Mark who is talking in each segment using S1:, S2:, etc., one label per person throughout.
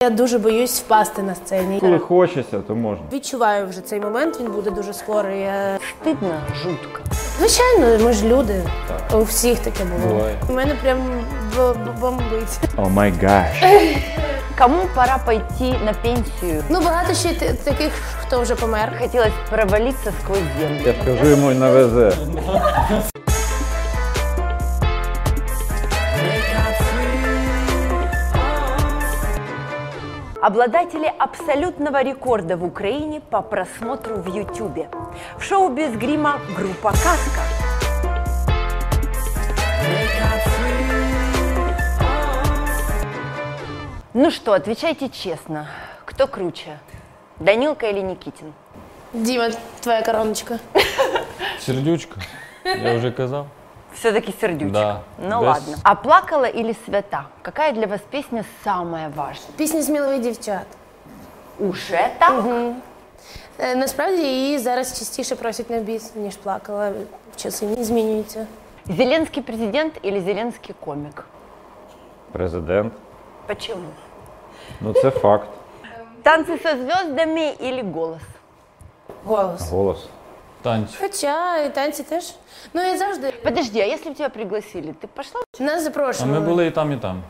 S1: я дуже боюсь впасти на сцені.
S2: Коли хочеться, то можна.
S1: Відчуваю вже цей момент, він буде дуже скоро. Я...
S3: Стыдно, жутко.
S1: Звичайно, ми ж люди. У всіх таке було.
S4: Буває.
S1: У мене прям б- б- бомбить.
S2: О май гаш.
S3: Кому пора пойти на пенсию?
S1: Ну, багато ще й т- таких, хто вже помер.
S3: Хотелось провалиться сквозь землю.
S2: Я скажу йому і навезе.
S3: Обладатели абсолютного рекорда в Украине по просмотру в Ютубе. В шоу без грима группа «Каска». Ну что, отвечайте честно. Кто круче? Данилка или Никитин?
S1: Діма, твоя короночка.
S4: Сердючка. Я вже казав.
S3: Все-таки сердючка.
S4: Да.
S3: Ну
S4: Без-
S3: ладно. А плакала или свята? Какая для вас песня самая важная?
S1: Пісня сміливих дівчат.
S3: Уже так?
S1: Е, Насправді її зараз частіше просять на біс, ніж плакала. Часи не змінюються.
S3: Зеленский президент или Зеленский комик?
S2: Президент.
S3: Почему?
S2: Ну це факт.
S3: Танцы со звездами или голос?
S1: Голос.
S2: Голос.
S4: Танцю.
S1: Хоча і танці теж. Ну я завжди
S3: Подожди, а если бы тебя пригласили, ты б пошла?
S1: нас
S4: А ми
S1: запрошували.
S4: були і там, і там.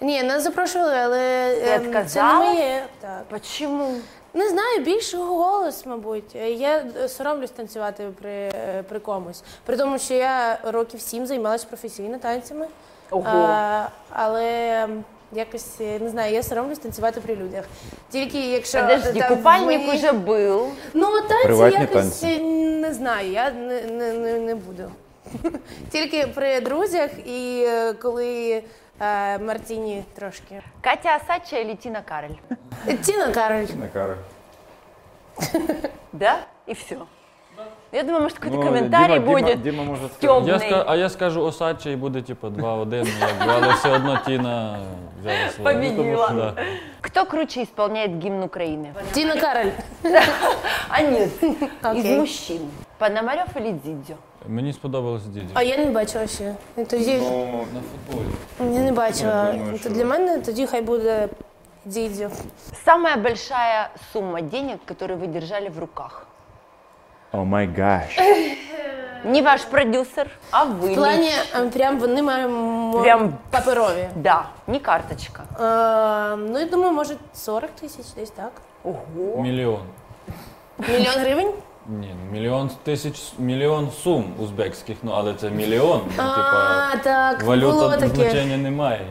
S1: Ні, нас запрошували, але ем, це не
S3: відказала?
S1: моє. Так.
S3: Почему?
S1: Не знаю, більше голос, мабуть. Е, Я е, соромлюсь танцювати при, е, при комусь. При тому, що я років сім займалася професійно танцями.
S3: Ого.
S1: А, але ем, якось е, не знаю, я соромлюсь танцювати при людях. Тільки якщо
S3: Подожди,
S1: там
S3: купальник
S1: ми-
S3: уже был.
S1: Ну, от танці
S2: Приватні
S1: якось
S2: танці.
S1: е, не знаю, я не, не, не, не буду. Тільки при друзях і е, коли е, Мартіні трошки.
S3: Катя Асача или Тина Кароль?
S1: Тіна Кароль.
S2: На кару.
S3: Да? И все. Я думаю, может, какой-то
S2: Ну,
S3: комментарий
S2: Діма- Діма-
S3: будет.
S2: Діма може
S3: Стьом.
S2: сказати.
S4: Я
S3: Повний.
S4: ска... А я скажу Осадча і буде типу 2-1, якби, але все одно Тіна взяла своє.
S3: Победила.
S4: Да.
S3: Кто круче исполняет гимн Украины?
S1: Тіна Кароль.
S3: А нет,
S1: Окей.
S3: из мужчин. Пономарев или Дидзю?
S4: Мені сподобалось Діді.
S1: А я не бачила ще. Ну, Тоді
S4: На футболі.
S1: я не бачила.
S2: Я думаю,
S1: То
S2: що-
S1: для мене тоді хай буде дідзю.
S3: Самая большая сумма денег, которую вы держали в руках?
S2: О май гаш.
S3: Не ваш продюсер, а вы.
S1: В плані е, прям вони маємо
S3: Прям.
S1: паперові.
S3: Да, не карточка.
S1: Е, ну я думаю, може 40 тисяч десь так.
S3: Ого.
S4: Мільйон.
S1: Мільйон гривень.
S4: Ні, ну, мільйон тисяч, мільйон сум узбекських, ну але це мільйон. Ну, типа,
S1: А, так, було
S4: валюта
S1: таке.
S4: значення немає.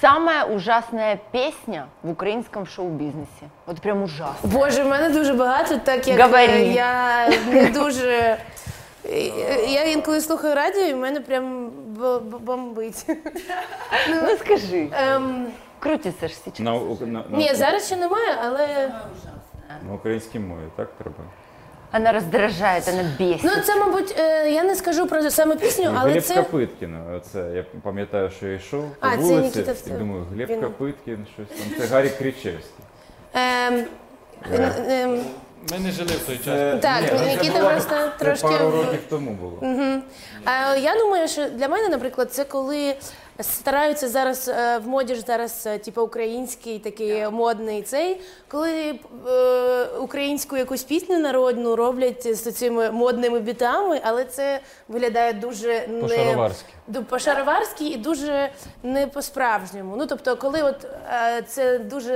S3: Самая ужасная песня в украинском шоу-бизнесе. Вот прям ужасно.
S1: Боже, в мене дуже багато, так як
S3: Говори.
S1: е, я не дуже. е, Я інколи слухаю радіо, і в мене прям бо- бо- бомбить. Э,
S3: Ну скажи,
S1: Ем,
S3: крутится ж сейчас.
S2: На, у- на, на,
S1: ні, зараз ще немає, але
S2: на українській мові, так треба?
S3: Она раздражает, она бесит.
S1: ну це, мабуть, е, я не скажу про саме пісню, але
S2: Глеб
S1: це
S2: Капиткін. Це я пам'ятаю, що я йшов по
S1: А, це
S2: вулиці
S1: Нікіта Вс-
S2: і думаю, Глеб
S1: він-
S2: Капиткін, щось там. Це Гаррі Кричевський. Е.
S1: ем, н- ем,
S4: Ми не жили в той час.
S2: Це-
S1: Так,
S2: ні, ну, це
S1: Нікіта
S2: було-
S1: просто
S2: це
S1: трошки-
S2: пару років тому було.
S1: Е, Я думаю, що для мене, наприклад, це коли стараються зараз е, в моді ж зараз, е, типу, український такий модний цей, коли е, українську якусь пісню народну роблять з цими модними бітами, але це виглядає дуже не
S4: По-шароварськи.
S1: Ду- по-шароварськи і дуже не по-справжньому. Ну тобто, коли от е, це дуже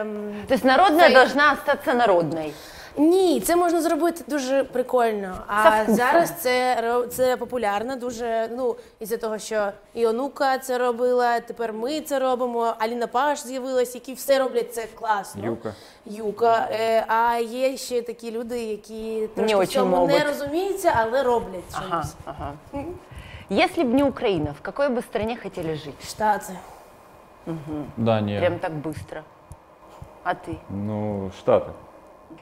S1: ем,
S3: То есть народная
S1: Фей-
S3: должна остаться народной.
S1: ні, це можна зробити дуже прикольно.
S3: За
S1: А
S3: вкусом.
S1: зараз це ро- це популярно дуже. Ну із-за того, що і онука це робила, тепер ми це робимо. Аліна Паш з'явилась, які все роблять це класно.
S2: Юка.
S1: Юка. Е, а є ще такі люди, які трошки в
S3: очень
S1: цьому не
S3: можуть.
S1: розуміються, але роблять щось.
S3: Ага, ага. Если бы не Украина, в какой бы стране хотели жить?
S1: Штати.
S4: Данія.
S3: Прям так быстро. А ты?
S2: Ну, Штати.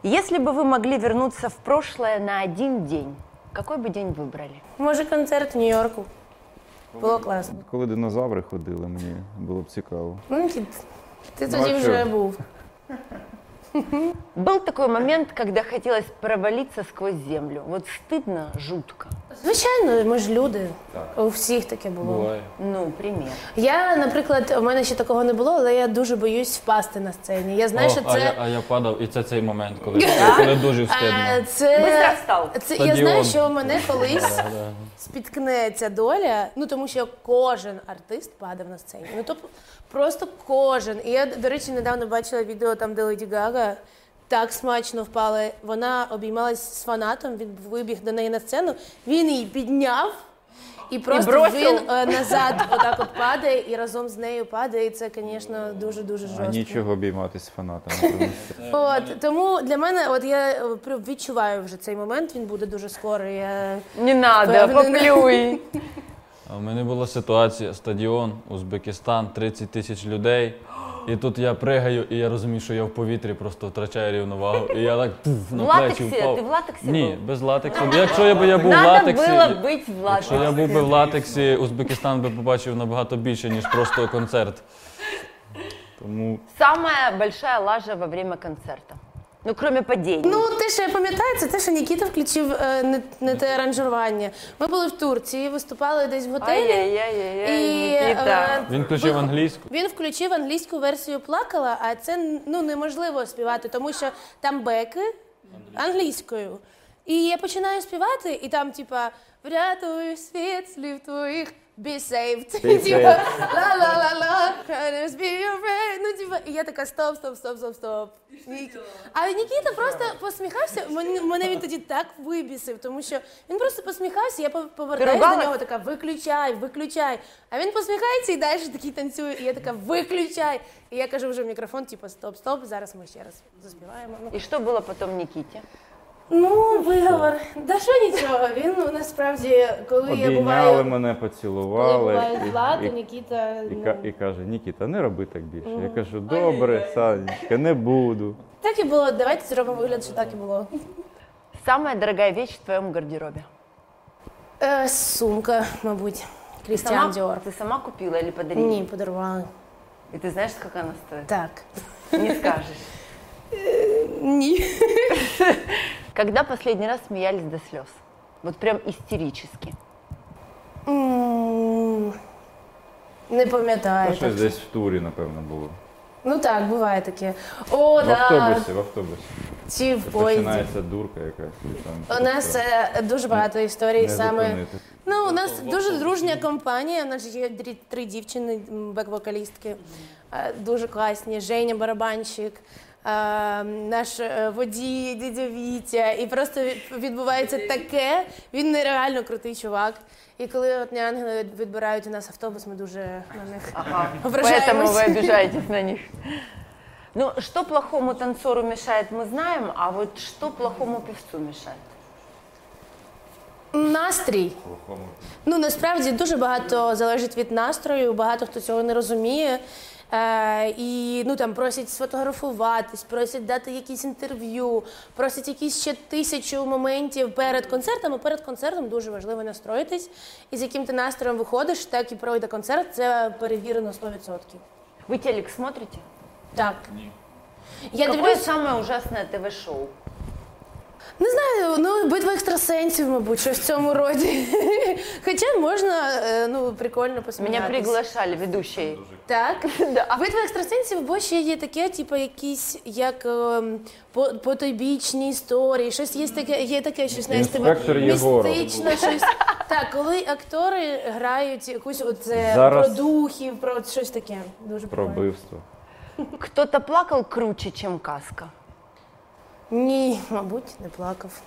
S3: Если бы вы могли вернуться в прошлое на один день, какой бы день выбрали?
S1: Може, концерт в Нью-Йорку. Було класно.
S2: Коли динозаври ходили, мені було б цікаво.
S1: Ну, Нікіт, ти
S2: Ну,
S1: тоді
S2: а
S1: вже
S2: що?
S1: був.
S3: Был такой момент, когда хотелось провалиться сквозь землю. Вот стыдно, жутко.
S1: Звичайно, ми ж люди.
S2: Так.
S1: У всіх таке було.
S4: Буває.
S3: Ну, пример.
S1: Я, наприклад, у мене ще такого не було, але я дуже боюсь впасти на сцені. Я знаю,
S4: О,
S1: що
S4: а, я,
S1: це.
S4: а я падав, і це цей момент, коли, коли дуже
S1: е,
S4: стидно.
S1: Це,
S3: Быстро встав.
S1: це я
S4: Стадіон.
S1: знаю, що мене колись
S4: Да, да.
S1: спіткнеться доля. Ну тому що кожен артист падав на сцені. Ну тобто просто кожен. І я, до речі, недавно бачила відео там, де Леді Гага так смачно впала. Вона обіймалась з фанатом, він вибіг до неї на сцену, він її підняв. І просто
S3: бросив.
S1: він е, назад отак от падає і разом з нею падає. І це, звісно, дуже дуже жорстко.
S2: А нічого обійматися з фанатами. тому що-
S1: От тому для мене, от я е, прям відчуваю вже цей момент. Він буде дуже скоро. Я
S3: Не надо,
S1: Впевнена.
S3: поплюй.
S4: А в мене була ситуація: стадіон, Узбекистан, 30 тисяч людей. І тут я пригаю, і я розумію, що я в повітрі просто втрачаю рівновагу. І я так пуф, на
S3: В
S4: плечі
S3: латексі?
S4: впав.
S3: Ти в латексі
S4: Ні,
S3: був?
S4: без латексу. Якщо я б я був в
S3: Надо
S4: латексі,
S3: было быть в
S4: якщо я
S3: латексе.
S4: був би в латексі, Узбекистан би побачив набагато більше, ніж просто концерт.
S2: Тому
S3: Самая большая лажа во время концерта. Ну, кроме падений.
S1: Ну, те, що я пам'ятаю, це те, що Нікіта включив е, не, не те аранжування. Ми були в Турції, виступали десь в готелі.
S3: Ай-яй-яй-яй,
S1: І,
S3: Никита.
S1: е,
S4: Він включив англійську.
S1: Він включив англійську версію плакала, а це ну неможливо співати, тому що там беки англійською. І я починаю співати, і там, типа, врятую світ слів твоїх. Be saved.
S2: Be
S1: Типа, ла-ла-ла-ла, can be your friend. Ну, типа, і я така, стоп, стоп, стоп, стоп, стоп. Ні- А Нікіта просто посміхався, мене мене він тоді так вибісив, тому що він просто посміхався, я пов- повертаюся до
S3: ругалась?
S1: нього, така виключай, виключай. А він посміхається і далі такий танцює. І я така виключай. І я кажу вже в мікрофон, типу, стоп, стоп, зараз ми ще раз заспіваємо. Ну,
S3: И что было потом Никите?
S1: Ну, виговор. Да що нічого. Він ну, насправді, коли Ну, я
S2: обійняли
S1: буваю,
S2: мене,
S1: коли
S2: поцілували.
S1: буває
S2: і-
S1: зла,
S2: і-
S1: то Нікіта.
S2: і,
S1: ну,
S2: ка- і каже, Нікіта, не роби так більше. Я кажу, добре, Санечка, не буду.
S1: Так і було. Давайте зробимо вигляд, що так і було.
S3: Самая дорогая вещь в твоем гардеробе?
S1: Е, сумка, мабуть, Крістіан Діор.
S3: ты сама купила или подарила?
S1: Ні, подарували.
S3: И ты знаешь, сколько она стоит?
S1: Так.
S3: Не скажешь.
S1: Ні.
S3: Когда последний раз смеялись до слез? Вот прям істерически.
S1: М, Не
S2: Та
S1: пам'ятаю.
S2: Ну, щось десь в турі, напевно, було.
S1: Ну так, буває таке. О,
S2: В
S1: Ну, да,
S2: автобусі, в автобусі.
S1: ці в поїзді.
S2: Починається дурка якась. і там
S1: У нас е, дуже багато історій
S2: не
S1: саме.
S2: зупинити.
S1: Ну, у нас дуже дружня компанія. У нас же є дрі- три дівчини, м, бек-вокалістки, Е, дуже класні. Женя Барабанщик, е, наш е, водій дідя Вітя. І просто від- відбувається таке. Він нереально крутий чувак. І коли от ангели відбирають у нас автобус, ми дуже на них
S3: Ага. Поэтому
S1: ображаємось.
S3: вы обижаетесь на них. Ну, что плохому танцору мешает, мы знаем, а вот что плохому певцу мешает?
S1: Настрій. Ну насправді дуже багато залежить від настрою. Багато хто цього не розуміє. Е, і ну там просять сфотографуватись, просять дати якісь інтерв'ю, просять якісь ще тисячу моментів перед концертом. А перед концертом дуже важливо настроїтись. І з яким ти настроєм виходиш, так і пройде концерт. Це перевірено 100%.
S3: Вы телек смотрите?
S1: Так. Я
S3: Какое
S1: дивлюсь,
S3: самое ужасное ТВ-шоу?
S1: не знаю, ну битва екстрасенсів, мабуть, що в цьому роді. Хоча можна е, ну прикольно посміятися.
S3: Меня приглашали ведущие.
S1: Так, а битва екстрасенсів, бо ще є таке, типу, якісь як ем, по- потойбічні історії, щось є таке, є таке, щось знаєш, тебе
S2: Інспектор Єгоров.
S1: містично, щось. Так, коли актори грають якусь оце
S2: Зараз-
S1: про духів, про от щось таке. Дуже
S2: Про
S1: прикольно.
S2: вбивство.
S3: Кто-то плакал круче, чем каска.
S1: Ні, мабуть, не плакав.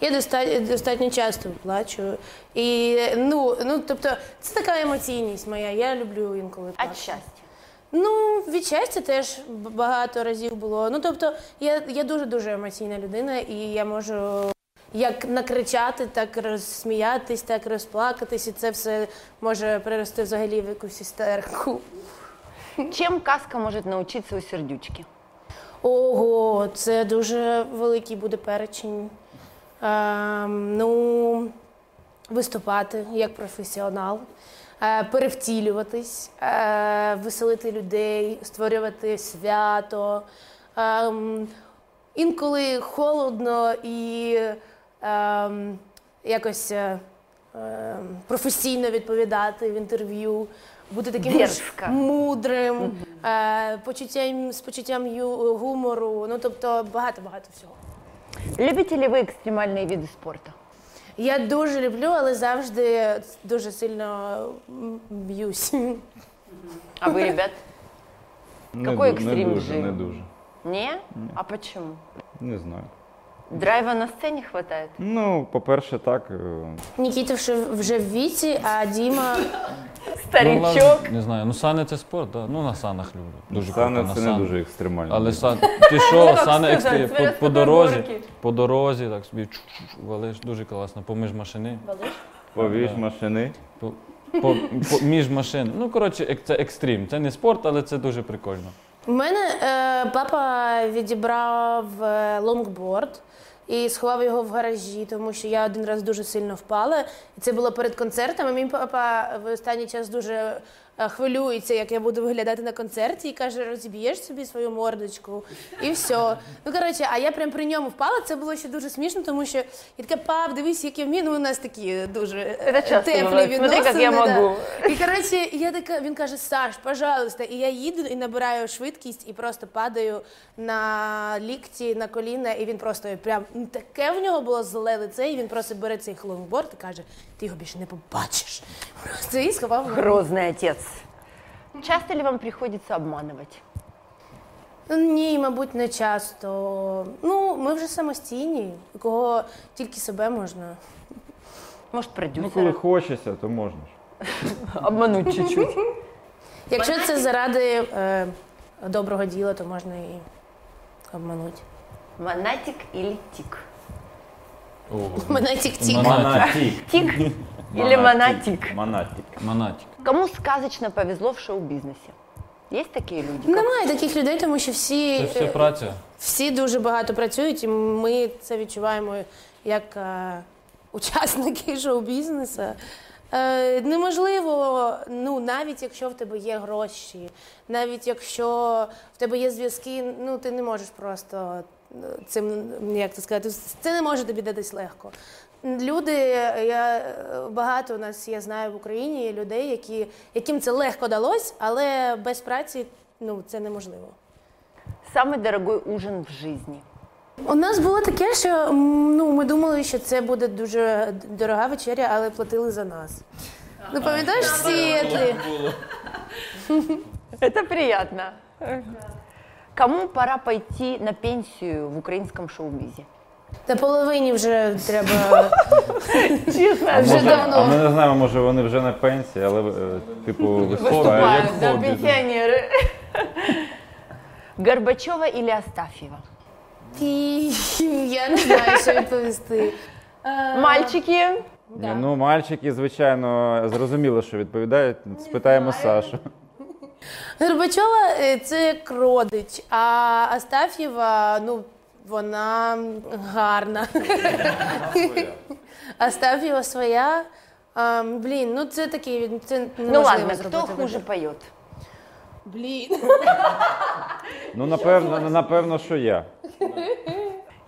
S1: Я достатньо, достатньо часто плачу. І ну, ну тобто, це така емоційність моя. Я люблю інколи.
S3: От
S1: плакати.
S3: счастья.
S1: Ну, від щастя теж б- багато разів було. Ну, тобто, я, я дуже-дуже емоційна людина, і я можу як накричати, так розсміятись, так розплакатись, і це все може перерости взагалі в якусь істерку.
S3: Чем каска может научиться у сердючки?
S1: Ого, це дуже великий буде перечень. Ем, ну, виступати як професіонал, е, перевтілюватись, е, веселити людей, створювати свято, ем, інколи холодно і ем, якось е, ем, професійно відповідати в інтерв'ю, бути таким більш
S3: Дерзко.
S1: мудрим, е, почуттям, з почуттям ю- гумору. Ну тобто багато-багато всього.
S3: Любите ли вы экстремальные виды спорта?
S1: Я дуже люблю, але завжди дуже сильно м, б'юсь.
S3: А вы, ребят,
S2: Не
S3: Какой
S2: ду-
S3: екстрим
S2: Не дуже,
S3: жив?
S2: не дуже.
S3: не? А почему?
S2: Не знаю.
S3: Драйва на сцене хватает?
S2: Ну, по-перше, так. е,
S1: Нікіта вже- вже в віці, а Діма
S4: Ну,
S3: Старичок.
S4: лав- не знаю, ну сани це спорт, да. ну на санах люблю. Дуже
S2: Сани
S4: круто,
S2: це
S4: на
S2: не
S4: санах.
S2: дуже екстремально.
S4: Але сан, ти що, сани
S3: сказати,
S4: екстрі...
S3: це
S4: по, по
S3: з
S4: дорозі,
S3: горки.
S4: по дорозі, так собі чу-чу-чу, валиш, дуже класно, поміж машини.
S2: Повіж машини.
S4: По, по, по, між машин. Ну, коротше, ек- це екстрім. Це не спорт, але це дуже прикольно.
S1: У мене е, папа відібрав е, лонгборд і сховав його в гаражі, тому що я один раз дуже сильно впала. І це було перед концертами. Мій папа в останній час дуже е, хвилюється, як я буду виглядати на концерті, і каже: розіб'єш собі свою мордочку, і все. Ну коротше, а я прям при ньому впала. Це було ще дуже смішно, тому що я така, пап, дивись, як я вмію. Ну, у нас такі дуже е,
S3: Це часто
S1: теплі
S3: буває.
S1: відносини.
S3: Смотри, як я
S1: да.
S3: можу.
S1: І коротше, я така, він каже: Саш, пожалуйста. І я їду і набираю швидкість, і просто падаю на лікті, на коліна, і він просто прям ну, таке в нього було зле лице, і він просто бере цей лонгборд і каже: ти його більше не побачиш. Просто і сховав. мене.
S3: Грозный отец. Ну, Часто ли вам приходится обманывать?
S1: «Ну, Ні, мабуть, не часто. Ну, ми вже самостійні, кого тільки себе можна.
S3: Может,
S2: Ну, коли
S3: продюсера?
S2: хочеться, то можна ж.
S3: Обмануть чуть-чуть.
S1: Якщо це заради е, доброго діла, то можна і обманути.
S3: Монатик или тик?
S1: Мене тік-тік.
S2: Монатік.
S3: Тик или монатик?
S2: Монатік.
S4: Монатік.
S3: Кому сказочно повезло в шоу-бизнесе? Есть такие люди? как
S1: Немає таких людей, тому що всі
S4: Це все
S1: е,
S4: праця.
S1: всі дуже багато працюють, і ми це відчуваємо як е, учасники шоу-бізнесу. Е, неможливо, ну навіть якщо в тебе є гроші, навіть якщо в тебе є зв'язки, ну ти не можеш просто е, цим, як це сказати, це не може тобі датись легко. Люди, я е, багато у нас я знаю в Україні людей, які, яким це легко далось, але без праці ну це неможливо.
S3: Самый дорогой ужин в жизни.
S1: У нас було таке, що м, ну ми думали, що це буде дуже дорога вечеря, але платили за нас. Ну пам'ятаєш світи?
S3: Это приятно. Кому пора пойти на пенсию в украинском шоу-бизе?
S1: Та половині вже треба
S3: Честно,
S1: вже
S2: А ми
S1: давно.
S2: не знаємо, може вони вже на пенсії, але е, типу виступають.
S4: як да, хобби, да.
S3: пенсионеры. Горбачева или Астафьева?
S1: І я не знаю, що відповісти. Е,
S3: А. Мальчики,
S2: Ні, Ну, мальчики, звичайно, зрозуміло, що відповідають. Спитаємо Сашу.
S1: Горбачова е, це як родич, а Астаф'єва, ну вона гарна. Астаф'єва своя. Ем, Блін, ну це такий він. Це
S3: ну
S1: неможливо
S3: ладно,
S1: зробити
S3: кто хуже
S1: вибір.
S3: поет?
S1: Блін.
S2: Ну, напевно, напевно, що я.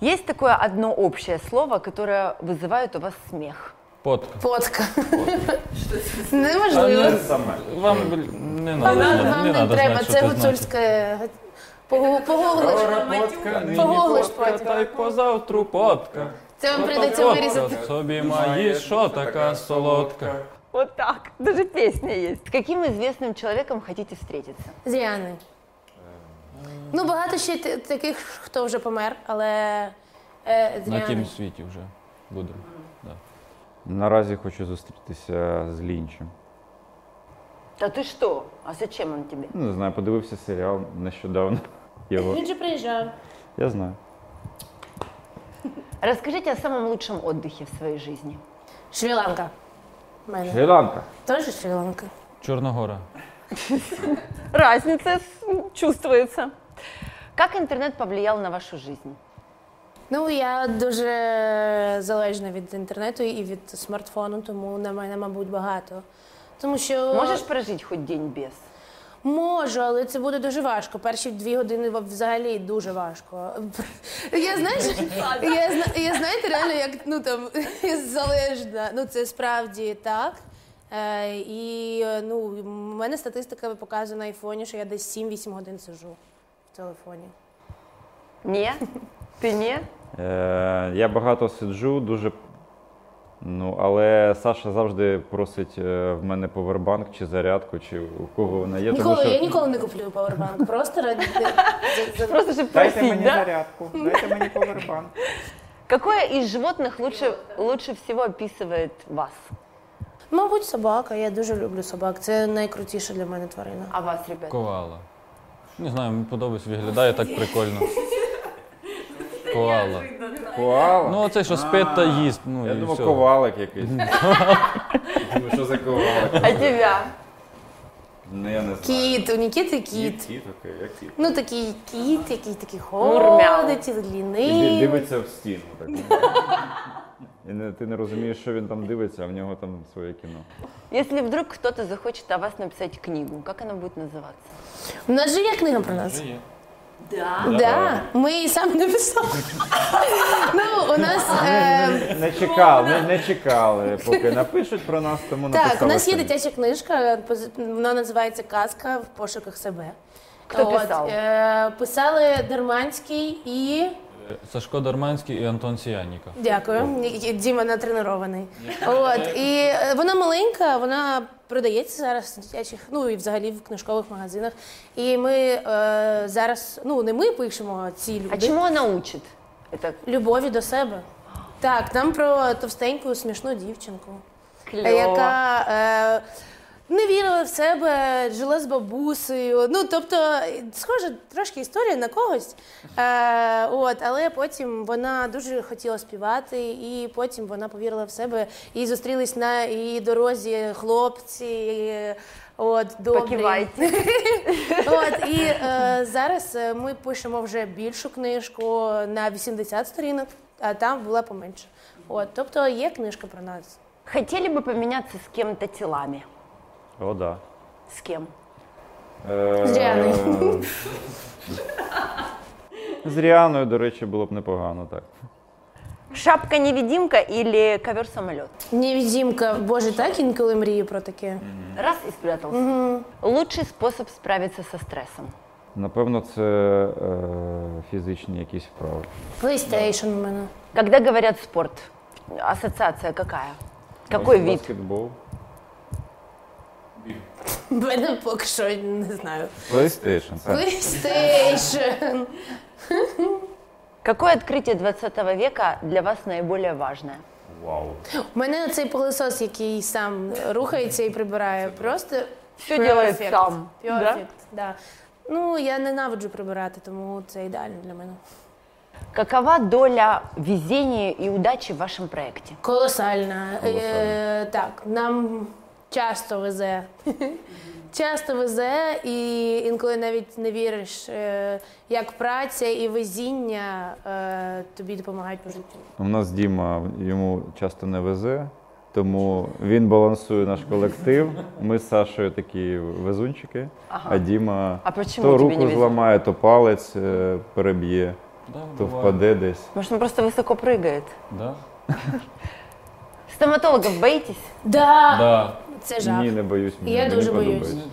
S3: Есть такое одно общее слово, которое вызывает у вас смех.
S4: Потка.
S1: Фотка.
S4: Та
S1: Неможливо.
S4: не- Вам блін, не надо.
S1: Нам
S4: знати,
S1: вам не
S4: надо
S1: треба,
S4: знати, що
S1: це
S4: значить.
S1: гуцульське. Погу- Погуглиш. Погуглиш потім.
S4: Та й позавтру потка.
S1: Це вам прийдеться
S4: Потка
S1: вирізати.
S4: Собі маєш, що така солодка.
S3: Вот так. Даже песня есть. С каким известным человеком хотите встретиться?
S1: З Ріаною. Ну, багато ще т- таких, хто вже помер, але е, з
S4: На
S1: Ріаною.
S4: тім світі вже буде. Да.
S2: Наразі хочу зустрітися з Лінчем.
S3: Да ты что? А зачем он тебе?
S2: Ну, не знаю, подивився серіал нещодавно. Його.
S1: Він же приїжджав.
S2: Я знаю.
S3: Расскажите о самом лучшем отдыхе в своей жизни.
S1: Шрі-Ланка. В мене.
S2: Шрі-Ланка.
S1: Теж Шрі-Ланка.
S4: Чорногора.
S3: Разница чувствуется. Как интернет повлиял на вашу жизнь?
S1: Ну, я дуже залежна від інтернету і від
S3: Э,
S1: смартфону, тому на мене, мабуть, багато. Тому що
S3: Можешь прожить хоть день без?
S1: Можу, але це буде дуже важко. Перші дві години ва- взагалі дуже важко. Я знаєш, я, зна- я знаєте, реально як ну там залежна. Ну це справді так. Е, і е, ну, в мене статистика показує на айфоні, що я десь 7-8 годин сижу в телефоні.
S3: Ні? Ти ні?
S2: Е, я багато сиджу, дуже. Ну, але Саша завжди просить е, в мене повербанк чи зарядку, чи у кого вона є.
S1: ніколи, я ніколи не куплю павербанк. Просто ради за- за-
S3: Просто щоб
S5: Дайте
S3: просить,
S5: мені
S3: да?
S5: зарядку, дайте мені повербанк.
S3: Какое из животных лучше, лучше всего описывает вас?
S1: Мабуть, собака. Я дуже люблю собак. Це найкрутіша для мене тварина.
S3: А вас, ребят?
S4: Ковала. Не знаю, мені подобається, виглядає так прикольно. Ковала.
S2: Коала?
S4: Ну, оцей, що спить та їсть. Ну,
S2: я
S4: і Ну,
S2: думав,
S4: все.
S2: ковалик якийсь. Думаю, що за ковалик?
S3: А тебя?
S2: Ну, я не знаю.
S1: Кіт, у Нікіти кіт.
S2: Кіт, окей, як кіт.
S1: Ну, такий кіт, який такий
S3: Мурмяу.
S1: ходить,
S2: Ну, Іди,
S1: лінивий.
S2: дивиться в стіну. Так. І не, ти не розумієш, що він там дивиться, а в нього там своє кіно.
S3: Если вдруг кто-то захочет о вас написать книгу, как она будет называться?
S1: У нас же є книга про нас.
S3: Да.
S1: Да, ми її саме написали. Ну, у нас е,
S2: Не чекали, не, не чекали, поки напишуть про нас, тому
S1: так, у
S2: написали
S1: нас є
S2: самі.
S1: дитяча книжка, пози- вона називається Казка в пошуках себе.
S3: Хто
S1: От,
S3: писав?
S1: е, Писали Дерманський і
S4: Сашко Дарманський і Антон Сіяніка.
S1: Дякую. І- і Діма натренований. От і е, вона маленька, вона продається зараз в дитячих, ну і взагалі в книжкових магазинах. І ми е, зараз, ну не ми пишемо а ці люди.
S3: А чему она учит? Это
S1: любові до себе? Так, там про товстеньку смішну дівчинку
S3: клево.
S1: яка е, не вірила в себе, жила з бабусею. Ну, тобто, схоже, трошки історія на когось. Е, от, але потім вона дуже хотіла співати, і потім вона повірила в себе і зустрілись на її дорозі хлопці. От, добрі.
S3: Покивайте.
S1: От, і е, зараз е, ми пишемо вже більшу книжку на 80 сторінок, а там була поменше. От, тобто є книжка про нас.
S3: Хотели бы поменяться с кем-то телами?
S2: О, да.
S3: С кем?
S2: Е,
S1: З Ріаною.
S2: З Ріаною, до речі, було б непогано, так.
S3: Шапка-невидимка или ковер-самолет?
S1: Невідімка, боже, так інколи мрію про таке.
S3: Раз и спрятался. Лучший способ справиться со стрессом.
S2: Напевно, це е, фізичні якісь вправи.
S1: PlayStation у мене.
S3: Когда говорят спорт, ассоциация какая? Какой вид?
S2: Баскетбол.
S1: У мене поки що не знаю.
S2: PlayStation. так.
S1: PlayStation.
S3: Какое открытие 20 века для вас наиболее важное?
S2: Вау.
S1: У мене цей пилосос, який сам рухається і прибирає. Просто
S3: Все
S1: perfect.
S3: делает сам. да?
S1: Perfect, да. Ну, я ненавиджу прибирати, тому це ідеально для мене.
S3: Какова доля везения і удачі в вашому проєкті?
S1: Колосальна. Е,
S2: Колосальна.
S1: так, нам часто везе. Часто везе, і інколи навіть не віриш, е, як праця і везіння е, тобі допомагають по життю.
S2: У Ну, нас Діма йому часто не везе, тому він балансує наш колектив. Ми з Сашою такі везунчики, а Діма
S3: А почему
S2: то
S3: тобі
S2: руку
S3: не везе?
S2: зламає, то палець е, переб'є,
S4: Да,
S2: то
S4: буває.
S2: впаде десь.
S3: Может, он просто высоко прыгает?
S4: Да?
S3: Стоматологов боитесь?
S1: Да,
S4: Да.
S1: це жах.
S2: Ні, не боюсь, мені,
S1: Я
S2: мені
S1: дуже боюсь.
S2: подобається.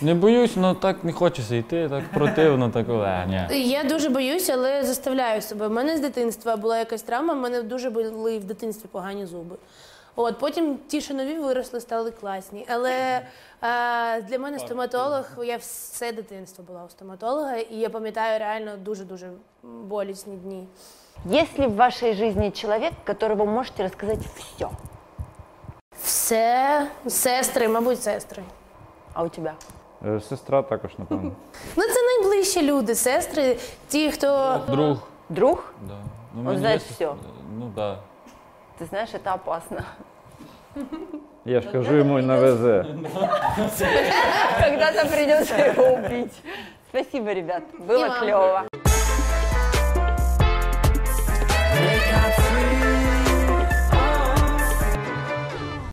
S4: Не боюсь, але так не хочеться йти, так противно, так е, ні.
S1: Я дуже боюсь, але заставляю себе. У мене з дитинства була якась травма, в мене дуже були в дитинстві погані зуби. От потім ті, що нові виросли, стали класні. Але е, для мене стоматолог, я все дитинство була у стоматолога, і я пам'ятаю реально дуже дуже болісні дні.
S3: Есть ли в вашей жизни человек, которому можете рассказать все?
S1: Все сестри, мабуть, сестри.
S3: А у тебя?
S2: Е, Сестра також, напевно.
S1: Ну це найближчі люди, сестри, ті, хто
S4: Друг.
S3: Друг?
S4: Да. Ну,
S3: Он
S4: мені
S3: знає
S4: є сес-
S3: всьо.
S4: Ну так. Да.
S3: Ты знаешь, это опасно.
S2: Я ж кажу, йому не везе.
S3: Когда-то придется его убить. Спасибо, ребят.
S1: И
S3: Было
S1: вам.
S3: клево.
S6: Wake up